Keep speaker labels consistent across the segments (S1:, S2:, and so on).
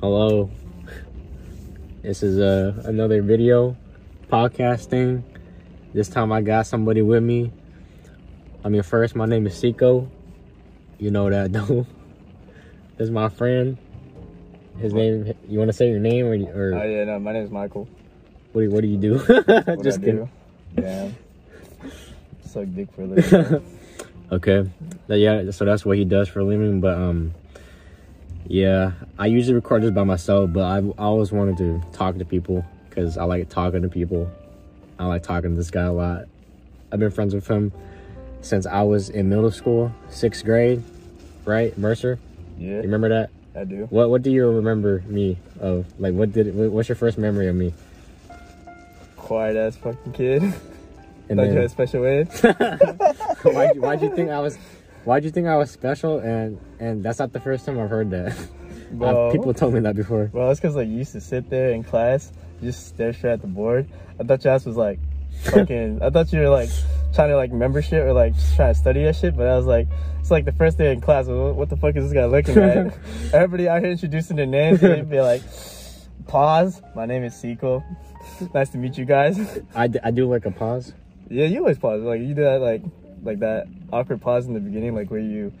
S1: Hello. This is uh, another video podcasting. This time I got somebody with me. I mean, first, my name is Seiko. You know that, though. This is my friend. His name, you want to say your name or,
S2: Oh
S1: or
S2: yeah, no, my name's Michael.
S1: what, do, what do you do?
S2: What
S1: Just
S2: I
S1: kidding.
S2: do? Damn. Suck dick for a living.
S1: Okay. That- yeah, so that's what he does for a living. But, um, yeah, I usually record this by myself, but I've I always wanted to talk to people because I like talking to people. I like talking to this guy a lot. I've been friends with him since I was in middle school, sixth grade, right? Mercer,
S2: yeah,
S1: you remember that?
S2: I do.
S1: What What do you remember me of? Like, what did? What, what's your first memory of me?
S2: Quiet ass fucking kid.
S1: And
S2: Thought you
S1: then,
S2: had special ed.
S1: why'd, you, why'd you think I was? Why'd you think I was special? And and that's not the first time I've heard that.
S2: Bro.
S1: I've, people told me that before.
S2: Well, it's because like you used to sit there in class, just stare straight at the board. I thought your ass was like fucking. I thought you were like trying to like remember shit or like just trying to study that shit. But I was like, it's like the first day in class. What, what the fuck is this guy looking at? Everybody out here introducing their names. and They'd be like, pause. My name is Sequel. Nice to meet you guys.
S1: I, d- I do like a pause.
S2: Yeah, you always pause. Like you do that, like like that awkward pause in the beginning, like where you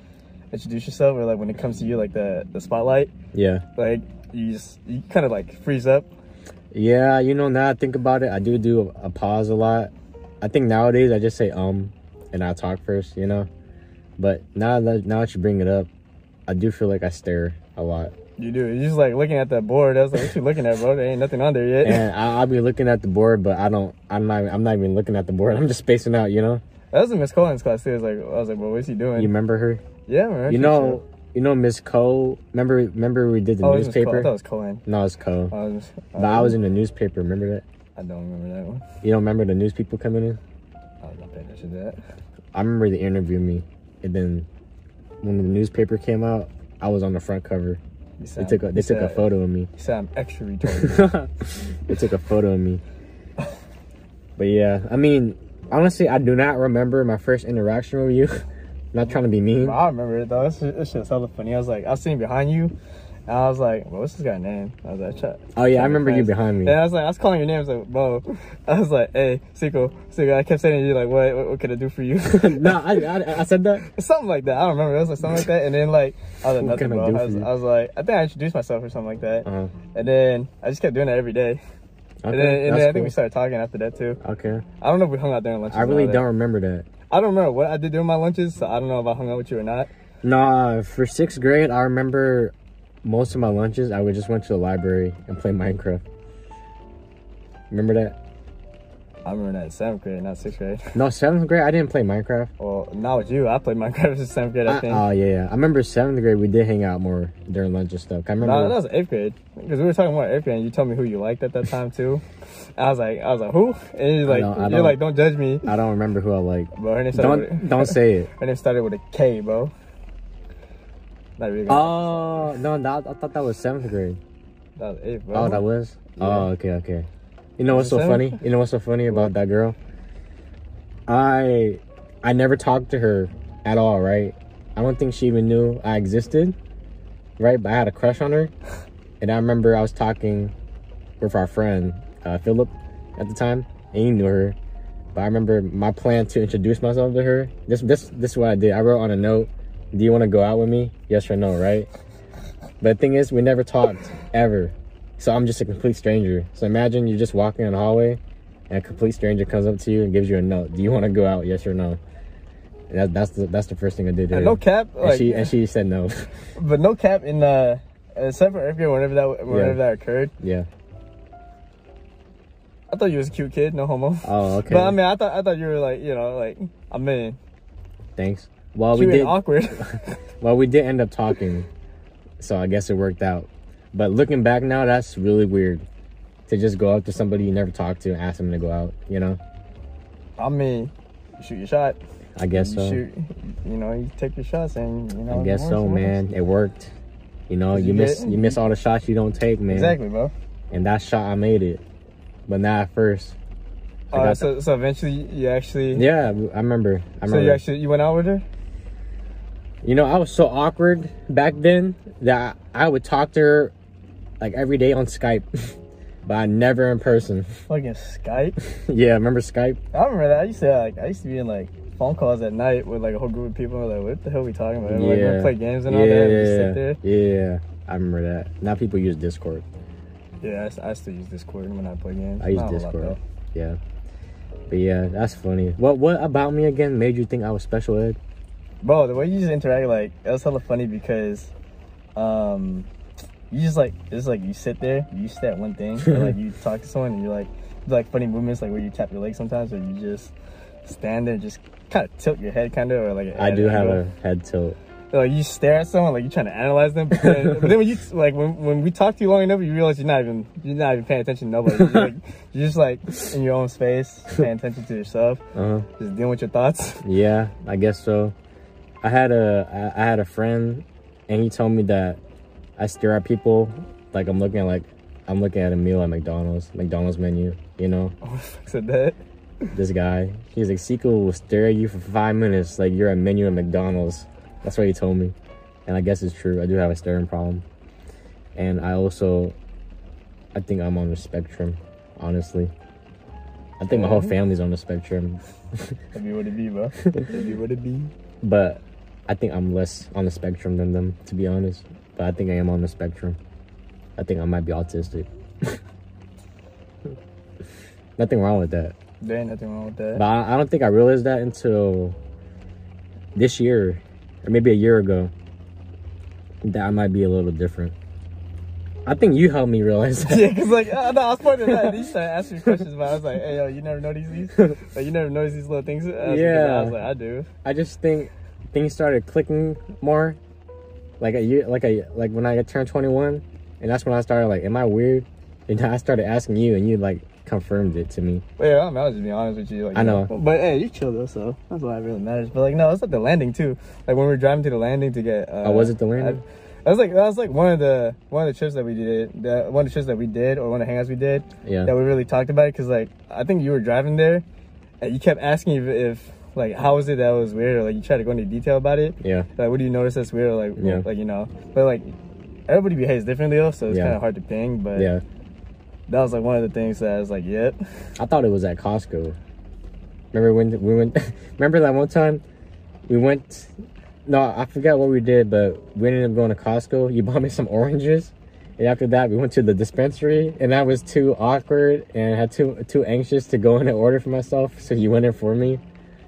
S2: introduce yourself, or like when it comes to you, like the the spotlight,
S1: Yeah.
S2: like you just you kind of like freeze up.
S1: Yeah, you know, now I think about it, I do do a pause a lot. I think nowadays I just say um, and I talk first, you know. But now that now that you bring it up, I do feel like I stare a lot,
S2: You do. You're just like looking at that board. I was like, what you looking at, bro? There ain't nothing on there yet.
S1: and I, I'll be looking at the board, but I don't. I'm not. I'm not even looking at the board. I'm just spacing out, you know.
S2: That was in Miss Collins' class too. I was like, I was like, bro, what's he
S1: You
S2: doing?
S1: remember her?
S2: yeah, man.
S1: You know, you know Miss Cole. Remember, remember we did the
S2: oh, it was Miss Cole. I
S1: newspaper.
S2: thought it was Colin.
S1: no, it's Cole.
S2: I was,
S1: but I was in the newspaper. Remember that?
S2: I don't remember that one.
S1: You don't remember the news people coming in?
S2: I was not paying attention to that.
S1: I remember they interviewed me, and then when the newspaper came out, I was on the front cover. They
S2: You sound-
S1: took a, they
S2: you
S1: took a
S2: sound-
S1: photo of me.
S2: You sound extra retarded.
S1: they took a photo of me. But yeah, I mean, honestly, I do not remember my first interaction with you. not trying to be mean.
S2: Bro, I remember it though. It's just, it's just hella funny. I was like, I was sitting behind you, and I was like, "Bro, what's this guy's name?" I was like, Ch-
S1: Oh yeah, I remember you behind me.
S2: And I was like, I was calling your name. I was like, "Bro," I was like, "Hey, Sequel, Sequel." I kept saying to you like, "What? What, what can I do for you?"
S1: no, I, I I said that.
S2: something like that. I don't remember. It was like something like that. And then like, I was
S1: What
S2: like, "Nothing,
S1: can I
S2: bro."
S1: do
S2: I
S1: for
S2: was,
S1: you?
S2: I was like, I think I introduced myself or something like that.
S1: Uh,
S2: And then I just kept doing that every day.
S1: okay,
S2: And then, and then
S1: that's
S2: I think we
S1: cool.
S2: started talking after that too.
S1: okay.
S2: I don't know if we hung out during lunches.
S1: I
S2: and
S1: really
S2: all that.
S1: don't remember that.
S2: I don't remember what I did during my lunches, so I don't know if I hung out with you or not.
S1: Nah, for sixth grade, I remember most of my lunches. I would just went to the library and play Minecraft. Remember that?
S2: I remember that in seventh grade, not sixth grade.
S1: No, seventh grade, I didn't play Minecraft.
S2: Well, not with you. I played Minecraft in seventh grade, I
S1: I-
S2: think.
S1: oh yeah, yeah. I remember seventh grade we did hang out more during lunch and stuff. I remember.
S2: no, that was eighth grade because we were talking about eighth grade, and you told me who you liked at that time too. I was like, I was like, who? And you're
S1: I
S2: like,
S1: don't- I
S2: you're
S1: don't-
S2: like, don't judge me,
S1: I don't remember who I like.
S2: bro. Her name started with
S1: Don't
S2: a,
S1: don't say it.
S2: her name started with a K, bro. Not really. gonna-
S1: Oh no, that, I thought that was seventh grade.
S2: that was eighth, bro.
S1: Oh, that was. Oh, okay, okay. You know what's so
S2: Was it seventh?
S1: funny? You know what's so funny about that girl? I I never talked to her at all. Right? I don't think she even knew I existed. Right? But I had a crush on her, and I remember I was talking with our friend uh, Philip at the time, and he knew her. But I remember my plan to introduce myself to her. This this this is what I did. I wrote on a note, "Do you want to go out with me? Yes or no?" Right? But the thing is, we never talked ever. So I'm just a complete stranger. So imagine you're just walking in the hallway, and a complete stranger comes up to you and gives you a note. Do you want to go out? Yes or no? And that, that's the that's the first thing I did. to
S2: And
S1: her.
S2: no cap,
S1: And
S2: like,
S1: she and she said no.
S2: but no cap in uh, except for eighth grade, whenever that whenever
S1: Yeah.
S2: that occurred,
S1: yeah.
S2: I thought you was a cute kid, no homo.
S1: Oh, okay.
S2: But I mean, I thought I thought you were like, you know, like I mean,
S1: Thanks. Well, we
S2: cute
S1: did.
S2: and awkward.
S1: Well, we did end up talking, so I guess it worked out. But looking back now, that's really weird to just go up to somebody you never talked to and ask them to go out. You know,
S2: I mean, shoot your shot.
S1: I guess
S2: you Oh,
S1: so.
S2: shoot, you know, you take your shots and you know.
S1: I guess
S2: it
S1: so,
S2: works, it works.
S1: man. It worked. You know,
S2: Did
S1: you
S2: you
S1: miss
S2: get-
S1: you miss all the shots you don't take, man.
S2: Exactly, bro.
S1: And that shot, I made it. But not at first. I
S2: Uh,
S1: got
S2: so, so eventually you actually.
S1: Yeah, I remember. I remember.
S2: So you actually you went out with her.
S1: You know, I was so awkward back then that I I would talk to her like every day on Skype, but I never in person.
S2: Fucking Skype.
S1: yeah, remember Skype?
S2: I remember that. I used to like I used to be in like phone calls at night with like a whole group of people. and we're Like, what the hell are we talking about? Like,
S1: Yeah.
S2: we play games and all that. We just sit
S1: Yeah,
S2: there.
S1: yeah, yeah. I remember that. Now people use Discord.
S2: Yeah, I s- I, still use Discord when Oh, I play games.
S1: I use
S2: Not a whole lot,
S1: Discord.
S2: though.
S1: Yeah. But yeah, that's funny. What what about me again made you think I was special ed?
S2: Bro, the way you just interact, like, it was hella funny because, um, you just like it's like you sit there, you just that one thing, and, like you talk to someone, and you're like, do, like funny movements, like where you tap your leg sometimes, or you just stand there, and just kind of tilt your head, kind of, or like
S1: I
S2: at
S1: do
S2: an
S1: have
S2: angle.
S1: a head tilt.
S2: like you stare at someone like you're trying to analyze them but then, but then when you like when, when we talk to you long enough you realize you're not even you're not even paying attention to nobody you're, like, you're just like in your own space paying attention to yourself
S1: Uh huh.
S2: just dealing with your thoughts
S1: Yeah, I guess so. I had a I I had a friend, and he told me that I stare at people like I'm looking at like I'm looking at a meal at McDonald's McDonald's menu. You know,
S2: oh fuck said that
S1: this guy. He's like Seiko will stare at you for five minutes like you're a menu at McDonald's. That's what he told me, and I guess it's true. I do have a staring problem, and I also I think I'm on the spectrum, honestly. I think my whole
S2: Mhm.
S1: family's on the spectrum.
S2: that'd be what it be bro that'd be what it be
S1: but I think I'm less on the spectrum than them, to be honest. But I think I am on the spectrum. I think I might be autistic. Nothing wrong with that.
S2: there ain't nothing wrong with
S1: But
S2: that
S1: I, I don't think I realized that until this year, or maybe a year ago, that I might be a little different. I think you helped me realize that.
S2: yeah, cause like I, no, I was pointing at that. You started asking me questions, but I was like, "Hey, yo, you never notice these? Like, you never notice these little things?" I was like,
S1: Yeah.
S2: I was like, "I do."
S1: I just think things started clicking more, like a year, like a like when I turned 21, and that's when I started like, am I weird? And I started asking you, and you like confirmed it to me.
S2: Wait, I mean, I'll just be honest with you. Like,
S1: I
S2: you
S1: know.
S2: But hey, you chill though, so that's why it really matters. But like, no, it's at the landing too. Like when we were driving to the landing to get. Uh,
S1: Oh, was it the landing?
S2: I, I was like, that was like one of the one of the trips that we did, that one of the trips that we did, or one of the hangouts we did,
S1: Yeah.
S2: that we really talked about. Because like, I think you were driving there, and you kept asking if, if like, how was it that was weird, or like you tried to go into detail about it.
S1: yeah,
S2: Like, what do you notice that's weird, or like,
S1: Yeah.
S2: like you know, but like, everybody behaves differently though, so it's
S1: Yeah.
S2: kind of hard to ping. But
S1: yeah.
S2: that was like one of the things that I was like, yep.
S1: I thought it was at Costco. Remember when we went? remember that one time we went? No, I forgot what we did, but we ended up going to Costco. You bought me some oranges, and after that, we went to the dispensary, and I was too awkward and had too too anxious to go in and order for myself. So you went in for me.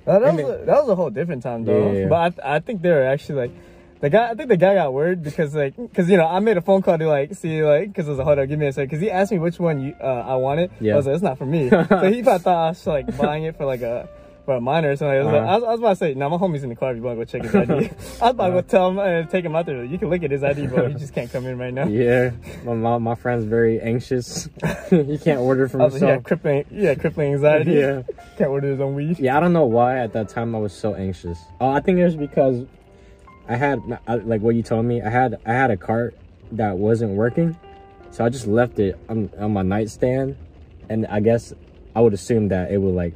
S2: No, that
S1: And
S2: was a, that was a whole different time though.
S1: Yeah, yeah, yeah.
S2: But I, th- I think they were actually like, the guy. I think the guy got worried because like, because you know, I made a phone call to like see like, because it was a hold up, give me a second, because he asked me which one you uh, I wanted.
S1: Yeah.
S2: I was like, it's not for me. so he probably thought I was like buying it for like a. For a minor or something. I was, like,
S1: Uh-huh.
S2: I, was, I was about to say, no, my homie's in the car if you want to go check his ID. I was about
S1: Uh-huh.
S2: to go tell him, uh, take him out there. You can look at his ID, but he just can't come in right now.
S1: Yeah, my mom, my friend's very anxious. he can't order for
S2: I was like, Oh, yeah,
S1: himself.
S2: crippling, yeah, crippling anxiety.
S1: Yeah.
S2: Can't order his own weed.
S1: Yeah, I don't know why at that time I was so anxious. Oh, I think it was because I had I- like what you told me. I had I had a cart that wasn't working, so I just left it on, on my nightstand, and I guess I would assume that it would like,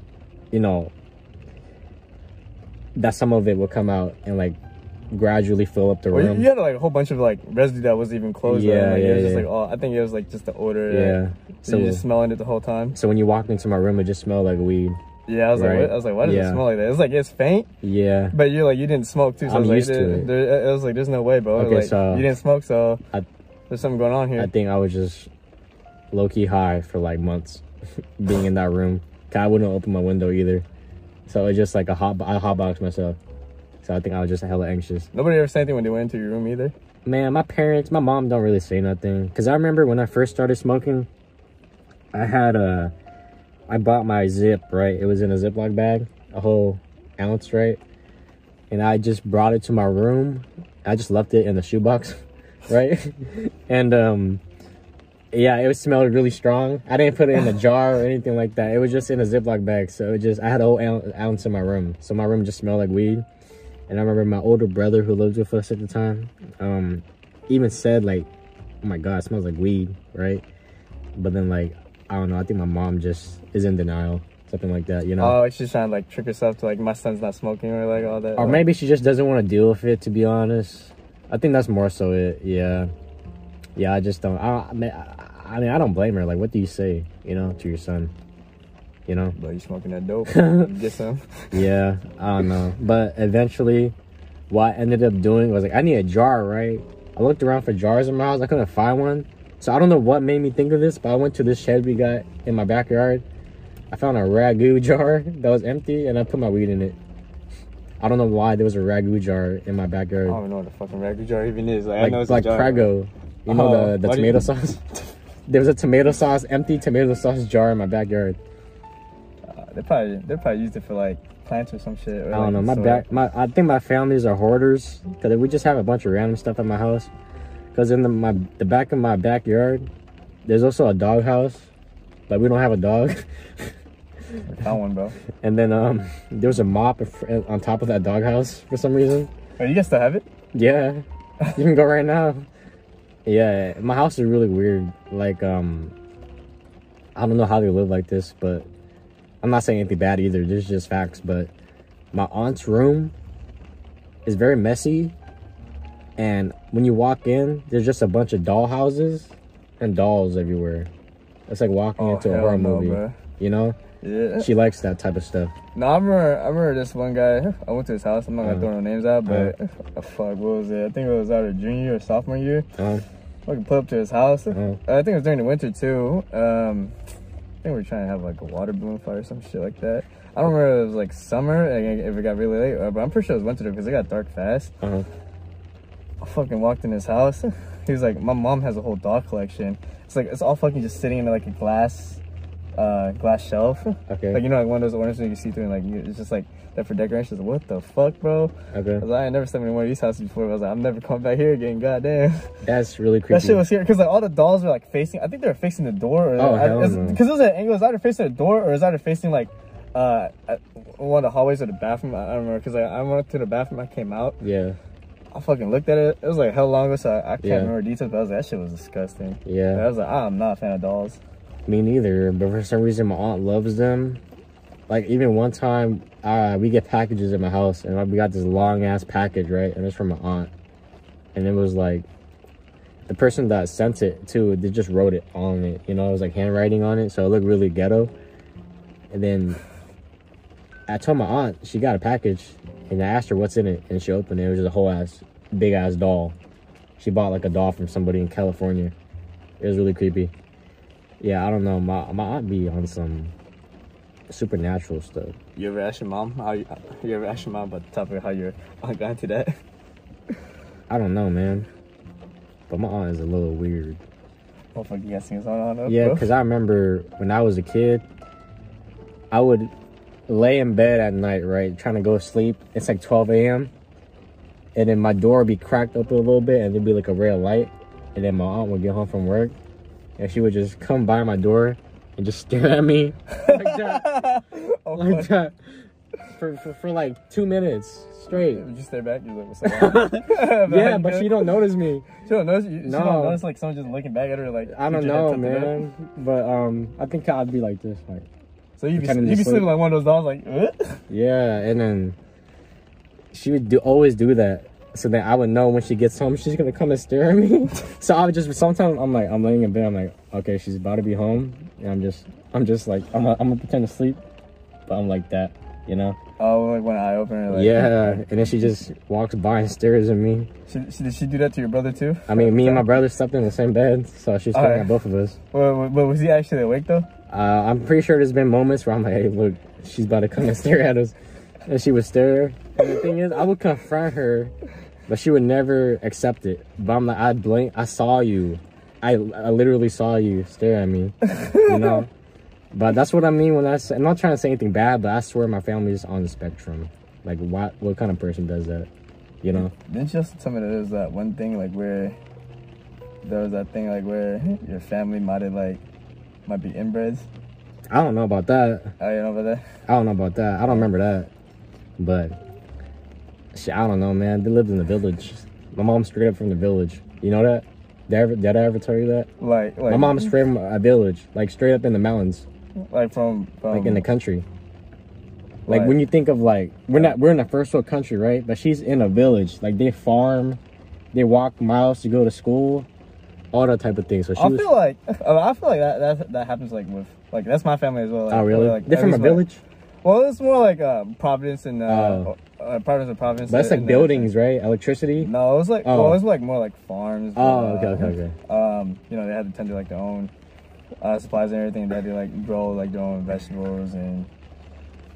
S1: you know, that some of it would come out and like gradually fill up the
S2: Well, you-
S1: room.
S2: you had like a whole bunch of like residue that wasn't even closed. Yeah,
S1: Um, Yeah,
S2: like,
S1: yeah,
S2: it was just
S1: yeah.
S2: like all. I think it was like just the odor.
S1: Yeah.
S2: Yeah. So
S1: So-
S2: you're just smelling it the whole time.
S1: So when you walked into my room, it just smelled like weed.
S2: Yeah, I was
S1: Right.
S2: like, what? I was like, why does it
S1: Yeah.
S2: smell like that? It's like it's faint,
S1: Yeah,
S2: but you're like you didn't smoke too. So
S1: I'm
S2: I was
S1: used
S2: like,
S1: to
S2: there,
S1: it.
S2: there- I was like, there's no way, bro.
S1: Okay,
S2: like
S1: so-
S2: you didn't smoke, so
S1: I-
S2: there's something going on here.
S1: I think I was just low key high for like months being in that room. 'Cause I wouldn't open my window either. So it's just like a hot, I hotbox myself. So I think I was just hella anxious.
S2: Nobody ever said anything when they went into your room either.
S1: Man, my parents, my mom don't really say nothing. Cause I remember when I first started smoking, I had a, I bought my zip, right? It was in a Ziploc bag, a whole ounce, right? And I just brought it to my room. I just left it in the shoebox, right? and, um, yeah, it was smelled really strong. I didn't put it in a jar or anything like that. It was just in a Ziploc bag. So it just, I had a whole ounce- ounce in my room. So my room just smelled like weed. And I remember my older brother who lived with us at the time, um, even said like, "Oh my God, it smells like weed," right? But then like, I don't know. I think my mom just is in denial, something like that, you know.
S2: Oh, she's trying to like trick herself to like my son's not smoking or like all that.
S1: or
S2: Like,
S1: maybe she just doesn't want to deal with it. To be honest, I think that's more so it. Yeah. Yeah, I just don't. I, I mean, I, I mean, I don't blame her. Like, what do you say, you know, to your son? You know?
S2: But you smoking that dope? Get some.
S1: Yeah, I don't know. But eventually, what I ended up doing was like, I need a jar, right? I looked around for jars in my house. I couldn't find one. So I don't know what made me think of this, but I went to this shed we got in my backyard. I found a ragu jar that was empty, and I put my weed in it. I don't know why there was a ragu jar in my
S2: I
S1: backyard.
S2: don't even know what a fucking record jar even is. Like, Oh, I
S1: like
S2: know it's
S1: like
S2: a jar.
S1: Prego, you know
S2: Oh,
S1: the, the
S2: why do you-
S1: tomato sauce. there was a tomato sauce, empty tomato sauce jar in my backyard.
S2: Uh, they probably they probably used it for like plants or some shit. Or,
S1: I don't know. My back, my I think my families are hoarders because we just have a bunch of random stuff at my house. Because in the my the back of my backyard, there's also a dog house, but we don't have a dog.
S2: I found one, bro.
S1: And then um, there was a mop in fr- on top of that dog house for some reason.
S2: Oh, you guys still have it?
S1: Yeah, you can go right now. Yeah, my house is really weird. Like um, I don't know how they live like this, but I'm not saying anything bad either. There's just facts. But my aunt's room is very messy, and when you walk in, there's just a bunch of doll houses and dolls everywhere. It's like walking
S2: Oh,
S1: into a
S2: hell
S1: horror
S2: no,
S1: movie.
S2: bro.
S1: You know,
S2: Yeah.
S1: she likes that type of stuff.
S2: No, I remember, I remember this one guy. I went to his house. I'm not
S1: Uh.
S2: gonna throw no names out, but
S1: Uh-huh.
S2: uh, fuck, what was it? I think it was either junior or sophomore year.
S1: Uh,
S2: Fucking pull up to his house.
S1: uh,
S2: I think it was during the winter too. Um, I think we were trying to have like a water balloon fight or some shit like that. I don't remember if it was like summer, like, if it got really late, uh, but I'm pretty sure it was winter because it got dark fast.
S1: uh,
S2: I fucking walked in his house. He was like, my mom has a whole dog collection. It's like it's all fucking just sitting in like a glass, uh, glass shelf.
S1: okay,
S2: Like you know, like one of those orange ones you see through, and like you- it's just like that for decorations. What the fuck, bro? I
S1: okay.
S2: was like, I ain't never slept in one of these houses before. But I was like, I'm never coming back here again. Goddamn.
S1: That's really creepy.
S2: That shit was here because like all the dolls were like facing. I think they were facing the door. Or,
S1: Oh, hell
S2: Because
S1: no.
S2: it was an angle. It was either facing the door or it was either facing like uh at one of the hallways or the bathroom. I I don't remember because like, I went to the bathroom. I came out.
S1: yeah,
S2: I fucking looked at it. It was like hell long ago, so I, I can't
S1: Yeah.
S2: remember details. But I was like, that shit was disgusting.
S1: yeah.
S2: I was like, I'm not a fan of dolls.
S1: Me neither, but for some reason my aunt loves them. Like even one time, uh, we get packages at my house, and we got this long ass package, right? And it's from my aunt, and it was like the person that sent it to, they just wrote it on it. You know, it was like handwriting on it, so it looked really ghetto. And then I told my aunt she got a package, and I asked her what's in it, and she opened it. It was just a whole ass big ass doll. She bought like a doll from somebody in California. It was really creepy. Yeah, I don't know. My my aunt be on some supernatural stuff.
S2: You ever ask your mom? How you, you ever ask your mom about the topic of how your aunt got into that?
S1: I don't know, man. But my aunt is a little weird.
S2: Oh fuck, you guys sing a song on up,
S1: Yeah,
S2: bro?
S1: because I remember when I was a kid, I would lay in bed at night, right, trying to go to sleep. It's like 12 a.m. And then my door would be cracked open a little bit, and there'd be like a ray of light. And then my aunt would get home from work, and she would just come by my door and just stare at me like that,
S2: oh,
S1: like
S2: fuck.
S1: that, for, for, for like two minutes straight.
S2: You just stare back. You're like, what's up? man?
S1: yeah, but she
S2: uh,
S1: don't notice me.
S2: She don't notice. You, She
S1: No.
S2: don't notice like someone just looking back at her like.
S1: I
S2: with
S1: don't
S2: your head
S1: know,
S2: tilted up.
S1: man. But um, I think I'd be like this, like
S2: So you be
S1: Pretending
S2: you
S1: to
S2: be
S1: sleep.
S2: sleeping like one of those dolls like. "Uh?"
S1: yeah, and then she would do always do that. So then I would know when she gets home, she's gonna come and stare at me. so I would just sometimes I'm like I'm laying in bed, I'm like okay, she's about to be home, and I'm just I'm just like I'm i I'm gonna pretend to sleep, but I'm like that, you know?
S2: Oh, like one eye opener. Like,
S1: yeah, and then she just walks by and stares at me.
S2: She, she, did she do that to your brother too?
S1: I mean, me and my brother slept in the same bed, so she's staring
S2: Alright.
S1: at both of us.
S2: Well, but was he actually awake though?
S1: Uh, I'm pretty sure there's been moments where I'm like, hey, look, she's about to come and stare at us. And she would stare. And the thing is, I would confront her, but she would never accept it. But I'm like, I blink, I saw you. I, I literally saw you stare at me, you know? but that's what I mean when I say, I'm not trying to say anything bad, but I swear my family is on the spectrum. Like, what, what kind of person does that? You know?
S2: Didn't you also tell me that there was that one thing like where there was that thing like where your family might have like might be inbreds?
S1: I don't know about that.
S2: Oh, you know about that?
S1: I don't know about that. I don't remember that. But shit, I don't know, man. They lived in the village. My mom's straight up from the village. You know that? Did I ever, did I ever tell you that?
S2: Like like
S1: My mom's straight from a village, like straight up in the mountains,
S2: like from, from
S1: like in the country. Like when you think of like we're not we're in a first world country, right? But she's in a village. Like they farm, they walk miles to go to school. all that type of thing. So she
S2: I
S1: was.
S2: feel like I, mean, I feel like that, that that happens like with like that's my family as well. Like,
S1: oh really?
S2: Like,
S1: They're from a
S2: at least my-
S1: village.
S2: well, it's more like um, Providence and uh,
S1: Oh.
S2: uh, Providence and Providence.
S1: But that's like
S2: and then-
S1: buildings, right? Electricity.
S2: No, it was like
S1: Oh.
S2: well, it was like more like farms. but,
S1: Oh, okay,
S2: uh,
S1: okay, okay.
S2: Um, you know, they had to tend to like their own uh, supplies and everything. They had to like grow like their own vegetables and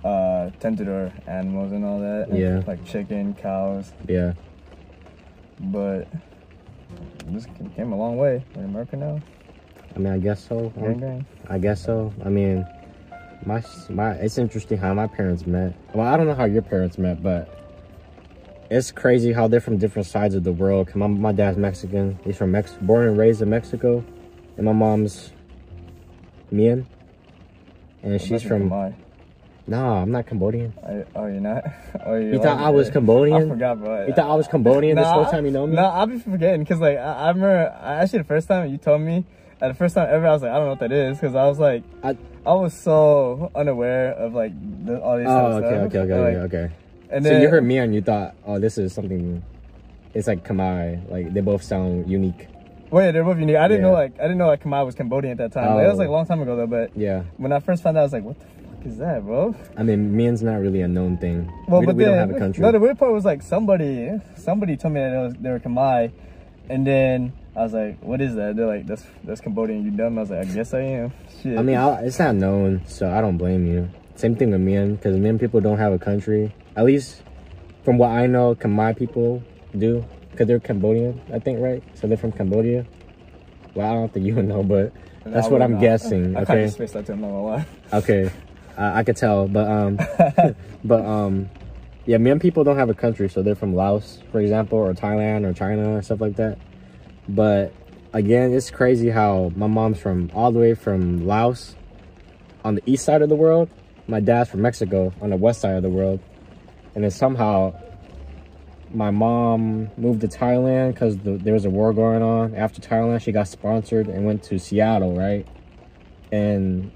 S2: uh, tend to their animals and all that. and,
S1: Yeah.
S2: Like chicken, cows,
S1: Yeah.
S2: but this came a long way. We're in America now.
S1: I mean, I guess so. I
S2: Gang,
S1: don't-
S2: gang.
S1: I guess so. I mean, my my it's interesting how my parents met. Well, I don't know how your parents met, but it's crazy how they're from different sides of the world. 'Cause my my dad's Mexican. He's from Mex, born and raised in Mexico, and my mom's Mian, and she's
S2: Imagine
S1: from.
S2: Khmer.
S1: Nah, I'm not Cambodian.
S2: I, oh, you're not. Oh, you
S1: You thought I was
S2: I
S1: Cambodian?
S2: forgot, bro.
S1: You thought I was Cambodian this
S2: Nah,
S1: whole time you know me?
S2: No, I'll be forgetting because like I, I remember I, actually the first time you told me, uh, the first time ever I was like I don't know what that is because I was like
S1: I-
S2: I, was so unaware of like the, all these
S1: Oh,
S2: stuff.
S1: okay, okay, okay,
S2: Like,
S1: okay, okay.
S2: And
S1: so
S2: then
S1: you heard Mian, you thought, oh, this is something. It's like Khmer. Like they both sound unique.
S2: wait, they're both unique. I didn't know
S1: Yeah.
S2: like I didn't know like Khmer was Cambodian at that time. Like, that was like a
S1: Oh.
S2: long time ago though. But
S1: Yeah.
S2: when I first found out, I was like, what the fuck is that, bro?
S1: I mean, Mian's not really a known thing.
S2: Well,
S1: we,
S2: but
S1: we
S2: then,
S1: don't have a country.
S2: No, the weird part was like somebody, somebody told me that it was, they were Khmer, and then I was like, "What is that?" They're like, "That's that's Cambodian." You dumb. I was like, "I guess I am." Shit.
S1: I mean, I, it's not known, so I don't blame you. Same thing with Mian, because Mian people don't have a country. At least from what I know, Khmer people do, because they're Cambodian, I think, right? So they're from Cambodia. Well, I don't think you would know, but
S2: And
S1: that's
S2: I
S1: what
S2: would
S1: I'm
S2: not.
S1: guessing.
S2: I
S1: Okay.
S2: kind of spaced out too. I'm not gonna lie.
S1: Okay, I I could tell, but um, but um, yeah, Mian people don't have a country, so they're from Laos, for example, or Thailand or China or stuff like that. But again, it's crazy how my mom's from all the way from Laos on the east side of the world. My dad's from Mexico on the west side of the world, and then somehow my mom moved to Thailand because the, there was a war going on. After Thailand, she got sponsored and went to Seattle, right? And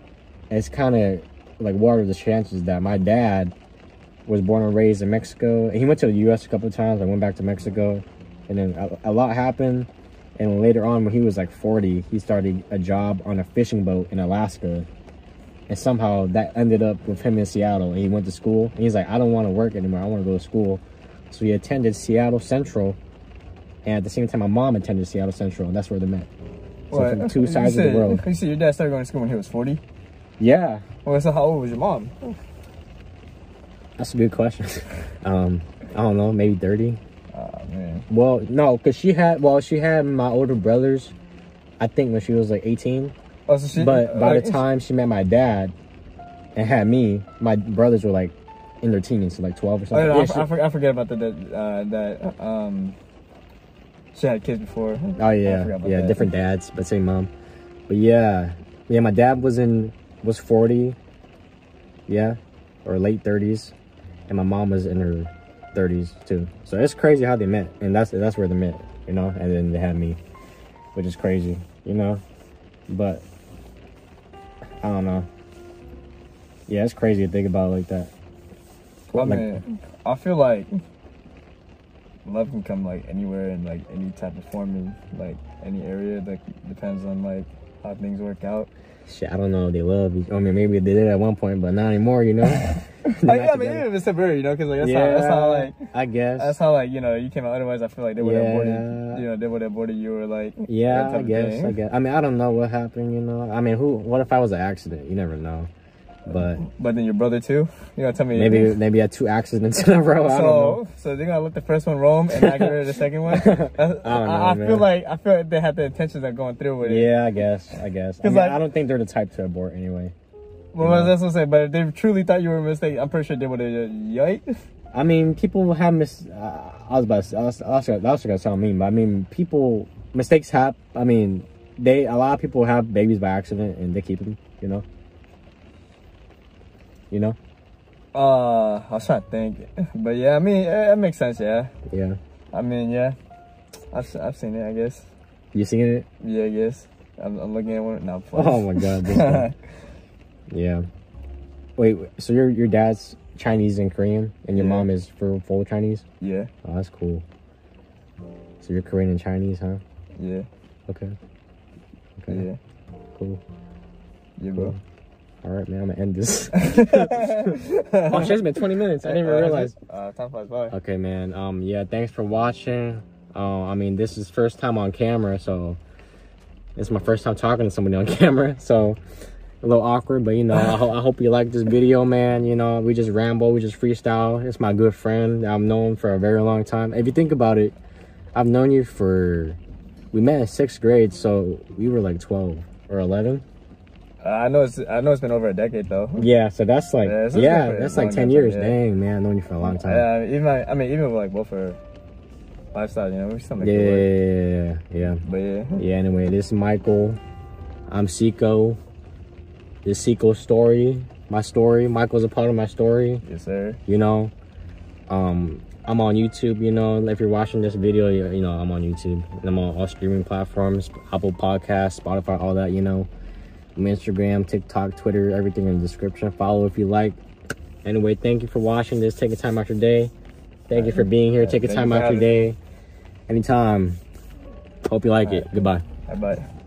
S1: it's kind of like what are the chances that my dad was born and raised in Mexico? He went to the U.S. a couple of times. I went back to Mexico, and then a, a lot happened. And later on, when he was like 40, he started a job on a fishing boat in Alaska, and somehow that ended up with him in Seattle. And he went to school, and he's like, I don't want to work anymore. I want to go to school. So he attended Seattle Central, and at the same time, my mom attended Seattle Central, and that's where they met. So
S2: What?
S1: from two
S2: You
S1: sides of the
S2: said-
S1: world.
S2: You said your dad started going to school when he was 40.
S1: Yeah,
S2: Well, so how old was your mom?
S1: That's a good question. um, I don't know, maybe thirty.
S2: Oh man.
S1: Well, no, cause she had well, she had my older brothers. I think when she was like eighteen.
S2: Oh, so she,
S1: But by
S2: like,
S1: the time she met my dad and had me, my brothers were like in their teens, so like twelve or
S2: Oh,
S1: something.
S2: no,
S1: Yeah,
S2: I,
S1: she-
S2: for- I, for- I forget about that. That, uh, that um, she had kids before.
S1: Oh
S2: I
S1: yeah,
S2: forgot about
S1: yeah,
S2: that.
S1: different dads, but same mom. But yeah, yeah, my dad was in was forty, yeah, or late thirties, and my mom was in her thirties too. So it's crazy how they met, and that's that's where they met, you know. And then they had me, which is crazy, you know. But I don't know. Yeah, it's crazy to think about it like that.
S2: I
S1: Like-
S2: mean, I feel like love can come like anywhere in like any type of form in like any area. Like depends on like how things work out.
S1: Shit, I don't know. if They love. each- I mean, maybe they did at one point, but not anymore. You know. They're
S2: Like,
S1: not
S2: I mean,
S1: together.
S2: even if it's temporary, you know, because like that's how that's how like
S1: I guess.
S2: that's how like you know you came out. Otherwise, I feel like they would have
S1: Yeah.
S2: aborted. You know, they would have aborted you or like
S1: Yeah,
S2: that type
S1: I
S2: of
S1: guess.
S2: thing.
S1: I guess. I mean, I don't know what happened. You know. I mean, who? What if I was an accident? You never know. But
S2: But then your brother too. You know, tell me
S1: maybe, maybe I had two accidents in a row. I don't know.
S2: So, so they're gonna let the first one roam and not get rid of the second one. I, I, I
S1: know,
S2: feel
S1: man.
S2: like I feel like they had the intentions of going through with it.
S1: Yeah, I guess. I guess. I,
S2: 'Cause
S1: mean,
S2: I-
S1: I don't think they're the type to abort anyway.
S2: Well, that's what I'm saying. But if they truly thought you were a mistake, I'm pretty sure they would have yiked.
S1: I mean, people have mis. Uh, I was about. To, say- I was, I was, gonna- I was gonna sound mean, but I mean, people mistakes happen. I mean, they a lot of people have babies by accident and they keep them. You know. You know.
S2: Uh, I was trying to think, but yeah, I mean, eh, that makes sense. Yeah,
S1: Yeah.
S2: I mean, yeah, I've se- I've seen it. I guess.
S1: You seen it?
S2: Yeah, I guess. I'm, I'm looking at one. No, I'm playing.
S1: Oh my god. This guy. Yeah. Wait, wait, so your your dad's Chinese and Korean, and your
S2: Yeah.
S1: mom is for full Chinese.
S2: yeah,
S1: Oh, that's cool. So you're Korean and Chinese, huh?
S2: yeah.
S1: Okay. Okay.
S2: Yeah.
S1: Cool.
S2: Yeah, bro.
S1: All right, man. I'm gonna end this. oh, shit, it's been 20 minutes. I didn't even
S2: Uh,
S1: realize.
S2: Uh, time flies by.
S1: Okay, man. Um, yeah. Thanks for watching. Uh, I mean, this is first time on camera, so it's my first time talking to somebody on camera, so a little awkward. But you know, I, ho- I hope you like this video, man. You know, we just ramble, we just freestyle. It's my good friend that I've known for a very long time. If you think about it, I've known you for we met in sixth grade, so we were like 12 or 11.
S2: Uh, I know it's I know it's been over a decade though.
S1: Yeah, so that's like
S2: Yeah,
S1: yeah,
S2: it's been pretty
S1: that's
S2: long
S1: like ten
S2: time,
S1: years.
S2: yeah.
S1: Dang, man, I've known you for a long time.
S2: Yeah, Uh, even I, I mean even with, like both our lifestyle, you know, we still make it work.
S1: yeah, yeah, yeah.
S2: But yeah,
S1: Yeah, anyway, this is Michael. I'm Seiko. This is Seiko's story. My story. Michael's a part of my story,
S2: yes sir.
S1: you know. Um I'm on YouTube, you know. If you're watching this video, you you know, I'm on YouTube. And I'm on all streaming platforms, Apple Podcasts, Spotify, all that, you know. I'm Instagram, TikTok, Twitter, everything in the description. Follow if you like. Anyway, thank you for watching this, taking time out your day. Thank you for being here, taking
S2: Thank you
S1: time
S2: for
S1: out your
S2: having
S1: day. Anytime. Hope you like it. Goodbye.
S2: Bye bye.